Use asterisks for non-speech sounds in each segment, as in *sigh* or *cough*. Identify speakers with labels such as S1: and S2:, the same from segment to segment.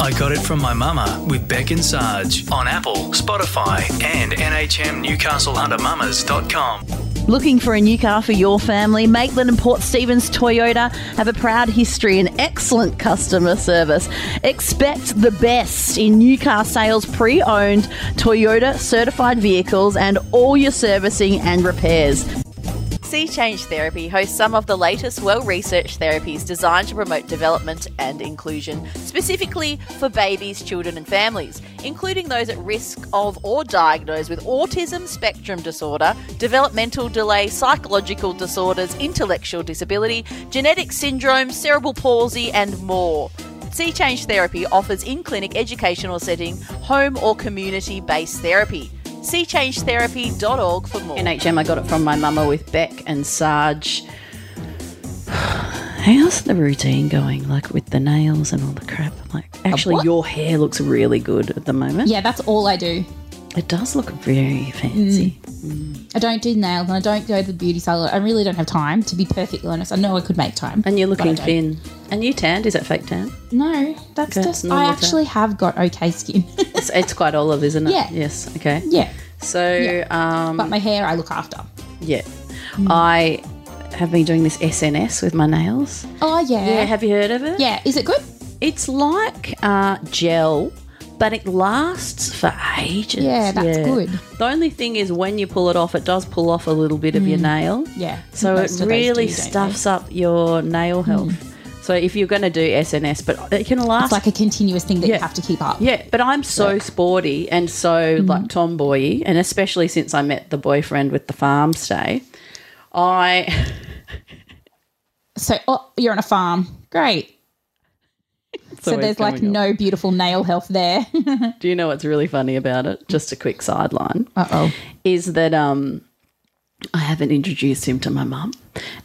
S1: I Got It From My Mama with Beck and Sarge on Apple, Spotify, and NHMNewcastleHunterMamas.com.
S2: Looking for a new car for your family? Maitland and Port Stevens Toyota have a proud history and excellent customer service. Expect the best in new car sales, pre owned Toyota certified vehicles, and all your servicing and repairs.
S3: Sea Change Therapy hosts some of the latest well researched therapies designed to promote development and inclusion, specifically for babies, children, and families, including those at risk of or diagnosed with autism spectrum disorder, developmental delay, psychological disorders, intellectual disability, genetic syndrome, cerebral palsy, and more. Sea Change Therapy offers in clinic educational setting, home or community based therapy. SeaChangeTherapy.org for more.
S2: NHM, I got it from my mama with Beck and Sarge. How's the routine going? Like with the nails and all the crap? Like, actually,
S4: what?
S2: your hair looks really good at the moment.
S4: Yeah, that's all I do.
S2: It does look very fancy.
S3: Mm.
S4: I don't do nails and I don't go to the beauty salon. I really don't have time, to be perfectly honest. I know I could make time.
S2: And you're looking
S4: But I
S2: thin. And you tanned? Is that fake tan?
S4: No, that's
S2: Okay,
S4: just.
S2: normal
S4: I
S2: tan.
S4: actually have got okay skin. *laughs*
S2: It's, it's quite olive, isn't it?
S4: Yeah.
S2: Yes. Okay.
S4: yeah,
S2: So, um,
S4: but my hair I look after.
S2: yeah.
S3: Mm.
S2: I have been doing this SNS with my nails.
S4: Oh yeah.
S2: Yeah.
S4: Yeah,
S2: Have you heard of it?
S4: is it good?
S2: It's like uh, gel, but it lasts for ages.
S4: Yeah, that's good.
S2: The only thing is when you pull it off, it does pull off a little bit of your nail.
S4: Mm. Yeah.
S2: So
S4: Most
S2: it
S4: of those
S2: really
S4: do, don't they? Mm.
S2: stuffs up your nail health. So if you're going to do SNS, but it can last.
S4: It's like a continuous thing that
S2: Yeah.
S4: you have to keep up.
S2: yeah, but I'm so sporty and so
S4: Mm-hmm.
S2: like tomboy, and especially since I met the boyfriend with the farm stay, I *laughs*
S4: So oh, you're on a farm. Great.
S2: It's
S4: So
S2: always
S4: there's like
S2: coming up.
S4: no beautiful nail health there. *laughs*
S2: Do you know what's really funny about it? Just a quick sideline.
S4: uh oh.
S2: is that um I haven't introduced him to my mum.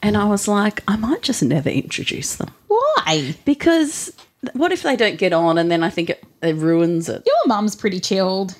S2: And I was like, I might just never introduce them.
S4: Why?
S2: Because th- what if they don't get on and then I think it, it ruins it?
S4: Your mum's pretty chilled.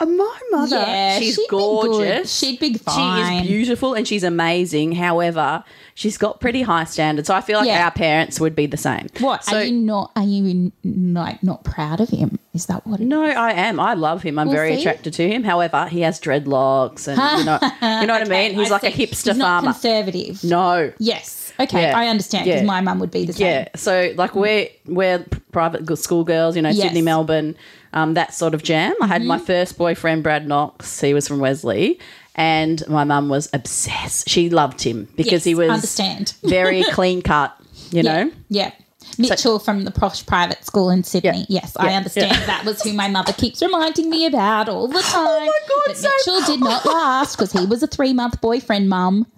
S2: Uh, My mother,
S4: Yeah,
S2: she's
S4: she'd be good.
S2: gorgeous.
S4: She'd be
S2: She is
S4: fine.
S2: beautiful and she's amazing. However, she's got pretty high standards. So I feel like
S4: Yeah.
S2: our parents would be the same.
S4: What?
S2: So,
S4: are you not? Are you n- like not proud of him? Is that what? It
S2: no, I am. I love him. I'm
S4: Well,
S2: very
S4: see?
S2: attracted to him. However, he has dreadlocks and you
S4: *laughs*
S2: know, you know what I mean? He's
S4: I
S2: like a
S4: see.
S2: hipster
S4: He's not
S2: farmer.
S4: Conservative.
S2: No.
S4: Yes. Okay,
S2: Yeah.
S4: I understand because
S2: Yeah.
S4: my mum would be the same. Mm.
S2: Yeah, so like we're we're private g- school girls, you know,
S4: Yes. Mm.
S2: Sydney, Melbourne, um, that sort of jam. I had my first boyfriend, Brad Knox. He was from Wesley, and my mum was obsessed. She loved him because
S4: Yes,
S2: he was *laughs*
S4: understand. *laughs*
S2: very clean cut. You
S4: Yeah.
S2: know,
S4: Yeah. Mitchell from the posh private school in Sydney.
S2: Yeah.
S4: Yes,
S2: Yeah.
S4: I understand. That was who my mother keeps reminding me about
S2: *laughs*
S4: all the time. Oh
S2: God,
S4: but
S2: so-
S4: Mitchell did not last because he was a three month
S2: *laughs*
S4: boyfriend, mum.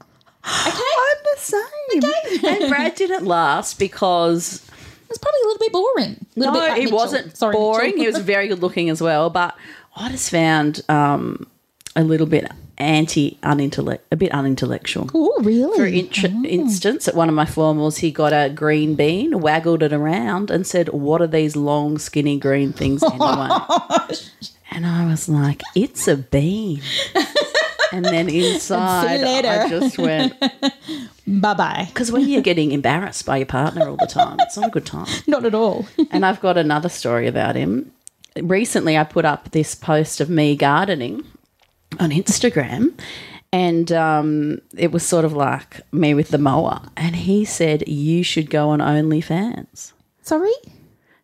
S2: I'm the same. and Brad didn't last because
S4: It's probably a little bit boring. Little
S2: no,
S4: bit like
S2: he
S4: Mitchell.
S2: wasn't
S4: Sorry,
S2: boring.
S4: Mitchell. *laughs*
S2: he was very good looking as well, but I just found um, a little bit anti unintellect, a bit unintellectual.
S4: Oh, really?
S2: For intr instance, at one of my formals, he got a green bean, waggled it around, and said, What are these long, skinny green things
S4: *laughs*
S2: anyway?
S4: Oh,
S2: and I was like, It's a bean. and
S4: *laughs*
S2: then inside, I
S4: later.
S2: just went,
S4: bye bye.
S2: Because when you're getting embarrassed by your partner all the time, it's *laughs* not a good time.
S4: Not at all.
S2: And I've got another story about him. Recently, I put up this post of me gardening on Instagram, and um, it was sort of like me with the mower. And he said, You should go on OnlyFans.
S4: Sorry?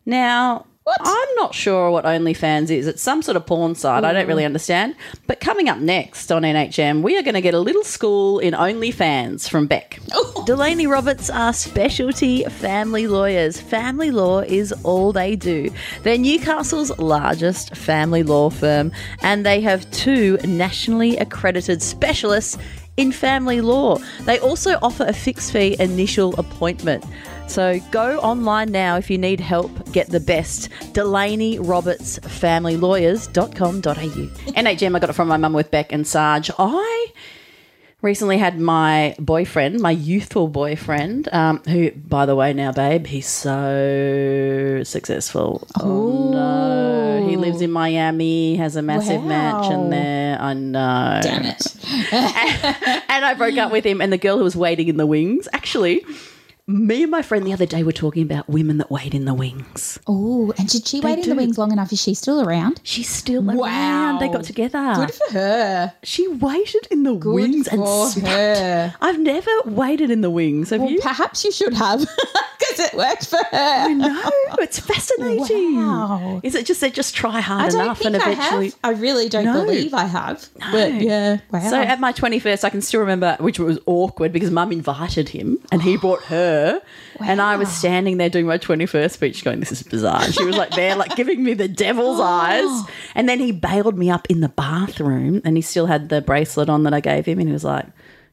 S2: Now,
S4: What?
S2: I'm not sure what OnlyFans is. It's some sort of porn site. I don't really understand. But coming up next on NHM, we are going to get a little school in OnlyFans from Beck.
S1: Delaney Roberts are specialty family lawyers. Family law is all they do. They're Newcastle's largest family law firm, and they have two nationally accredited specialists in family law. They also offer a fixed fee initial appointment. So go online now if you need help, get the best. Delaney Roberts Family Lawyers.com.au.
S2: NHM, I got it from my mum with Beck and Sarge. I recently had my boyfriend, my youthful boyfriend, um, who, by the way, now, babe, he's so successful. Oh, no. He lives in Miami, has a massive mansion
S4: Wow.
S2: there. I know. *laughs*
S4: Damn it.
S2: And I broke up with him, and the girl who was waiting in the wings, actually. Me and my friend the other day were talking about women that wait in the wings.
S4: Oh, and did she wait in
S2: do.
S4: the wings long enough? Is she still around? Ah.
S2: She's still
S4: Wow.
S2: around. They got together.
S4: Good for her.
S2: She waited in the
S4: Good
S2: wings
S4: for
S2: and smacked.
S4: her.
S2: I've never waited in the wings. Have
S4: Well,
S2: you?
S4: perhaps you should have, *laughs* because it worked for
S2: I
S4: her.
S2: know. It's fascinating.
S4: Wow.
S2: Is it just they just try hard
S4: I don't
S2: enough
S4: think
S2: and
S4: I
S2: eventually?
S4: have. I really don't
S2: No.
S4: believe I have. But yeah, wow.
S2: So at my 21st, I can still remember, which was awkward because mum invited him and he brought her. And I was standing there doing my 21st speech going, This is bizarre. And she was like there, like giving me the
S4: *gasps*
S2: devil's eyes. And then he bailed me up in the bathroom and he still had the bracelet on that I gave him. And he was like,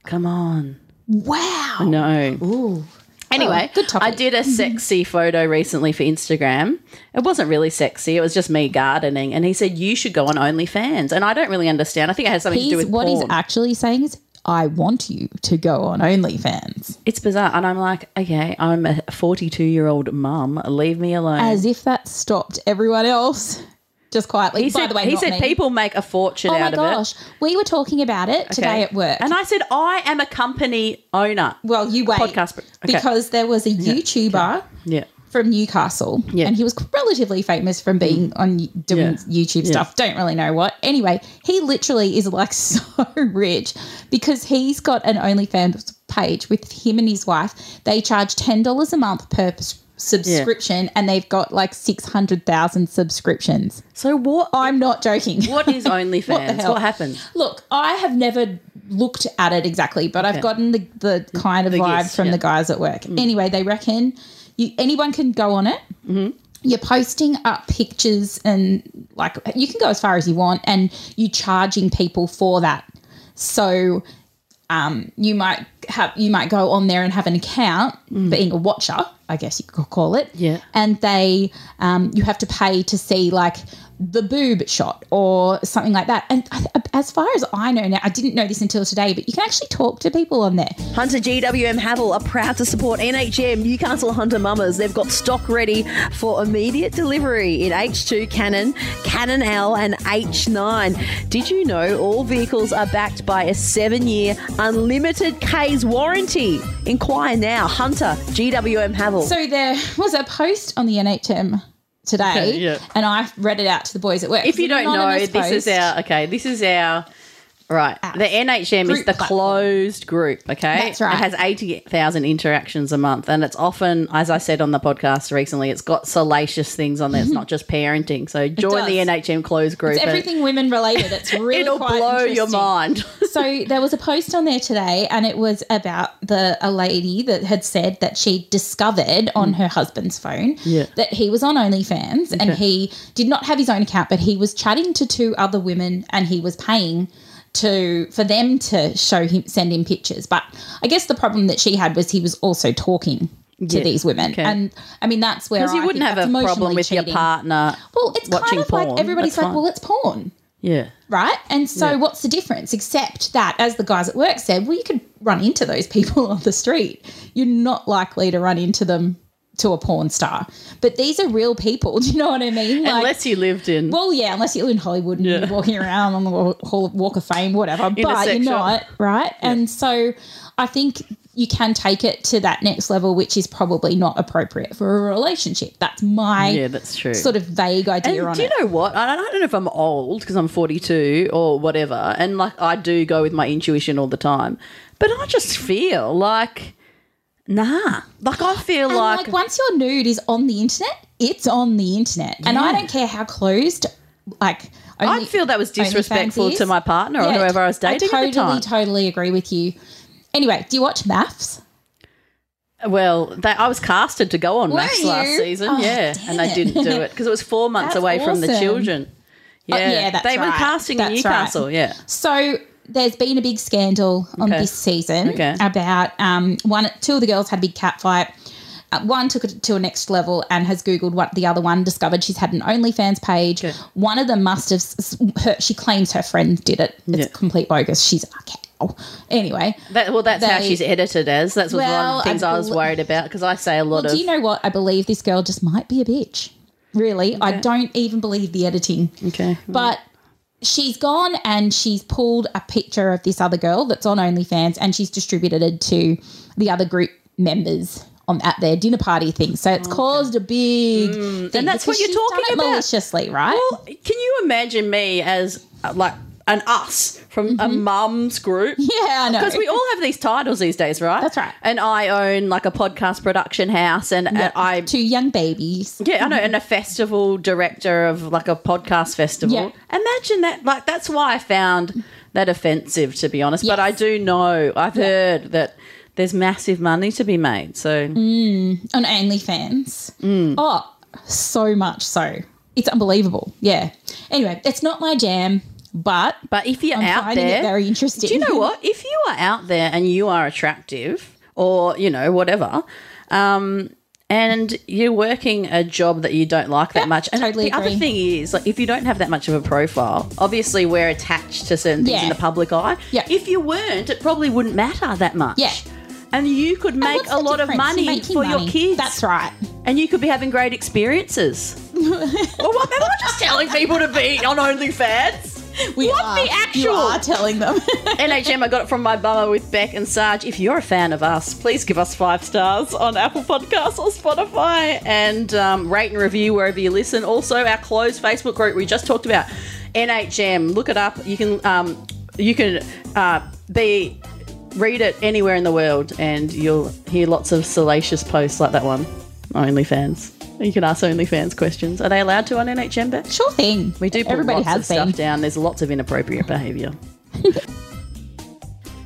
S2: Come on.
S4: wow.
S2: No.
S4: Ooh.
S2: um, Anyway,
S4: Oh, good topic.
S2: I did a sexy photo recently for Instagram. It wasn't really sexy. It was just me gardening. And he said, You should go on OnlyFans. And I don't really understand. I think it has something to do
S4: He's,
S2: with
S4: what he's
S2: porn.
S4: actually saying is, I want you to go on OnlyFans,
S2: It's bizarre. And I'm like, okay, I'm a 42 year old mum. Leave me alone.
S4: as if that stopped everyone else. Just quietly.
S2: he
S4: By
S2: said,
S4: the way,
S2: he
S4: not
S2: said
S4: me.
S2: people make a fortune
S4: Oh my
S2: out
S4: gosh,
S2: of
S4: we were talking about it
S2: it. Okay.
S4: today at work.
S2: And I said, I am a company owner.
S4: well, you wait
S2: Podcast, okay.
S4: because there was a YouTuber.
S2: Yeah.
S4: from Newcastle,
S2: Yeah. Mm.
S4: and he was relatively famous from being on doing YouTube stuff. Don't really know what. Anyway, he literally is like *laughs* so rich because he's got an OnlyFans page with him and his wife. They charge ten dollars a month per s- subscription, and they've got like six hundred thousand subscriptions.
S2: So what?
S4: I'm not joking. *laughs*
S2: What is OnlyFans? what,
S4: hell?
S2: happens?
S4: Look, I have never looked at it exactly, but I've gotten the, the kind of
S2: The
S4: vibe
S2: gist,
S4: from
S2: yeah. Mm.
S4: the guys at work. Anyway, they reckon you anyone can go on it. Mm-hmm. You're posting up pictures and like you can go as far as you want, and you charging people for that. So um, you might have you might go on there and have an account, being a watcher, I guess you could call it.
S2: Mm. Yeah.
S4: And they um, you have to pay to see like the boob shot or something like that. And I, as far as I know now, I didn't know this until today, but you can actually talk to people on there.
S3: Hunter GWM Havel are proud to support NHM Newcastle Hunter Mummers. They've got stock ready for immediate delivery in H2 Canon, Canon L, and H9. Did you know all vehicles are backed by a seven year unlimited K's warranty? Inquire now. Hunter GWM Havel.
S4: So there *laughs* was a post on the NHM today,
S2: Yeah, yeah.
S4: and I read it out to the boys at work.
S2: If you
S4: It's
S2: don't
S4: an
S2: know,
S4: anonymous
S2: this is
S4: post.
S2: our, okay, this is our, right. The NHM is
S4: Group
S2: the
S4: platform.
S2: closed group, okay?
S4: That's right.
S2: It has 80,000 interactions a month. And it's often, as I said on the podcast recently, it's got salacious things on there. It's not just parenting. So join the
S4: Mm-hmm. does.
S2: NHM closed group.
S4: It's
S2: and
S4: everything women
S2: *laughs*
S4: related. It's really
S2: It'll
S4: quite
S2: blow your
S4: interesting. *laughs*
S2: mind.
S4: so there was a post on there today and it was about the a lady that had said that she discovered on her husband's phone
S2: Mm. Yeah.
S4: that he was on OnlyFans and he did not have his own account but he was chatting to two other women and he was paying to for them to show him send him pictures but I guess the problem that she had was he was also talking to
S2: Yeah.
S4: these women
S2: Okay.
S4: and I mean that's where
S2: Because you
S4: I
S2: wouldn't
S4: think
S2: have
S4: that's
S2: a problem
S4: emotionally
S2: with your
S4: cheating.
S2: partner.
S4: well it's
S2: watching
S4: kind of
S2: porn.
S4: like everybody's
S2: That's
S4: like
S2: fine.
S4: well it's porn
S2: Yeah.
S4: right? And so,
S2: Yeah.
S4: what's the difference? Except that, as the guys at work said, well, you could run into those people *laughs* on the street. You're not likely to run into them to a porn star. But these are real people. *laughs* Do you know what I mean? Like,
S2: Unless you lived in.
S4: well, yeah, unless you're in Hollywood and you're walking around on the Wa- Hall of Walk of Fame, whatever.
S2: a
S4: but
S2: sex
S4: you're
S2: shop.
S4: not, right? And so, I think. You can take it to that next level, which is probably not appropriate for a relationship. That's my
S2: yeah, that's true.
S4: sort of vague idea
S2: And
S4: on
S2: do you
S4: it.
S2: know what? I don't, I don't know if I'm old because I'm 42 or whatever, and like I do go with my intuition all the time, but I just feel like nah. Like I feel
S4: And like,
S2: like,
S4: once your nude is on the internet, it's on the internet, and I
S2: Yeah.
S4: don't care how closed. Like
S2: I feel that was disrespectful to my partner or whoever I was dating
S4: I totally,
S2: at the time.
S4: totally agree with you. Anyway, do you watch Maths?
S2: well, they, I was casted to go on Max
S4: you?
S2: last season,
S4: Oh,
S2: yeah,
S4: damn
S2: and I
S4: it.
S2: didn't do it because it was four months
S4: That's
S2: away from the
S4: awesome. Oh,
S2: children. Yeah,
S4: yeah, that's
S2: they were
S4: right.
S2: casting in
S4: That's right.
S2: Newcastle. Yeah,
S4: So there's been a big scandal on
S2: Okay.
S4: this season
S2: Okay.
S4: about um, one. Two of the girls had a big cat fight. Uh, one took it to a next level and has googled what the other one discovered. She's had an OnlyFans page. One of them must have. s- s- Her, she claims her friend did it. It's
S2: Yeah.
S4: complete bogus. She's a cow. Anyway,
S2: that, well, that's how
S4: They-
S2: she's edited as. That's was one
S4: Well,
S2: of the
S4: I
S2: things I, was
S4: bel-
S2: worried about because I say a lot
S4: Well,
S2: of
S4: do you know what? I believe this girl just might be a bitch. Really, I don't even believe the editing.
S2: okay.
S4: But she's gone and she's pulled a picture of this other girl that's on OnlyFans and she's distributed it to the other group members on at their dinner party thing. So it's caused a big thing.
S2: and Mm. that's what
S4: because
S2: you're
S4: she's done
S2: talking
S4: it
S2: about.
S4: maliciously, right?
S2: Well, can you imagine me as uh, like an us from a mum's group?
S4: Mm-hmm. *laughs* yeah, I know.
S2: Because we all have these titles these days, right?
S4: That's right.
S2: And I own like a podcast production house, and uh, I
S4: two Mm-hmm. young babies.
S2: yeah, I know, and a festival director of like a podcast festival.
S4: Yeah.
S2: Imagine that! Like that's why I found that offensive, to be honest. But
S4: Yes.
S2: I do know I've heard that there's massive money to be made. So
S4: on OnlyFans.
S2: Mm.
S4: Oh, so much so. It's unbelievable. Yeah. Anyway, it's not my jam, but
S2: But if you're
S4: I'm
S2: out
S4: finding
S2: there,
S4: it very interesting.
S2: do you know what? If you are out there and you are attractive, or you know whatever, um, and you're working a job that you don't like that
S4: Yeah,
S2: much, and
S4: totally
S2: the other
S4: agree.
S2: thing is, like, if you don't have that much of a profile, obviously we're attached to certain things
S4: Yeah.
S2: in the public eye.
S4: Yeah.
S2: If you weren't, it probably wouldn't matter that much.
S4: Yeah.
S2: And you could
S4: And
S2: make
S4: what's
S2: a
S4: the
S2: lot of
S4: difference? You're
S2: money
S4: making
S2: for your
S4: money.
S2: kids.
S4: That's right.
S2: And you could be having great
S4: *laughs*
S2: experiences. well, what am I just telling people to be on OnlyFans?
S4: We
S2: What
S4: are,
S2: the
S4: You
S2: actual-
S4: are telling them.
S2: NHM, I got it from my bummer with Beck and Sarge. If you're a fan of us, please give us five stars on Apple Podcasts or Spotify and um, rate and review wherever you listen. Also, our closed Facebook group we just talked about, NHM. Look it up. You can um, you can uh, be read it anywhere in the world, and you'll hear lots of salacious posts like that one. OnlyFans. You can ask OnlyFans questions. Are they allowed to on NHM? Beck?
S4: *laughs* sure thing.
S2: We do. Put
S4: Everybody
S2: lots
S4: has
S2: of stuff
S4: been.
S2: down. There's lots of inappropriate behaviour.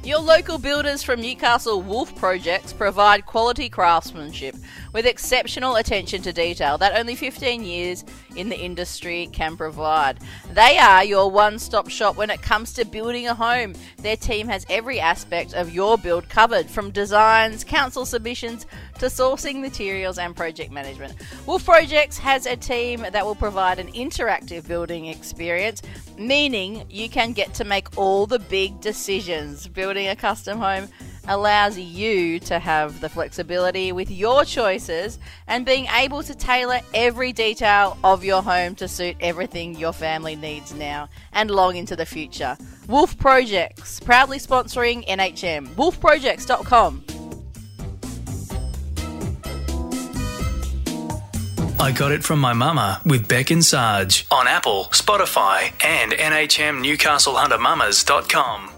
S5: Your local builders from Newcastle Wolf Projects provide quality craftsmanship with exceptional attention to detail that only 15 years in the industry can provide. They are your one stop shop when it comes to building a home. Their team has every aspect of your build covered from designs, council submissions, to sourcing materials and project management. Wolf Projects has a team that will provide an interactive building experience, meaning you can get to make all the big decisions. Building a custom home allows you to have the flexibility with your choices and being able to tailor every detail of your home to suit everything your family needs now and long into the future. Wolf Projects, proudly sponsoring NHM. Wolfprojects.com.
S1: I Got It From My Mama with Beck and Sarge on Apple, Spotify, and NHMNewcastleHunterMamas.com.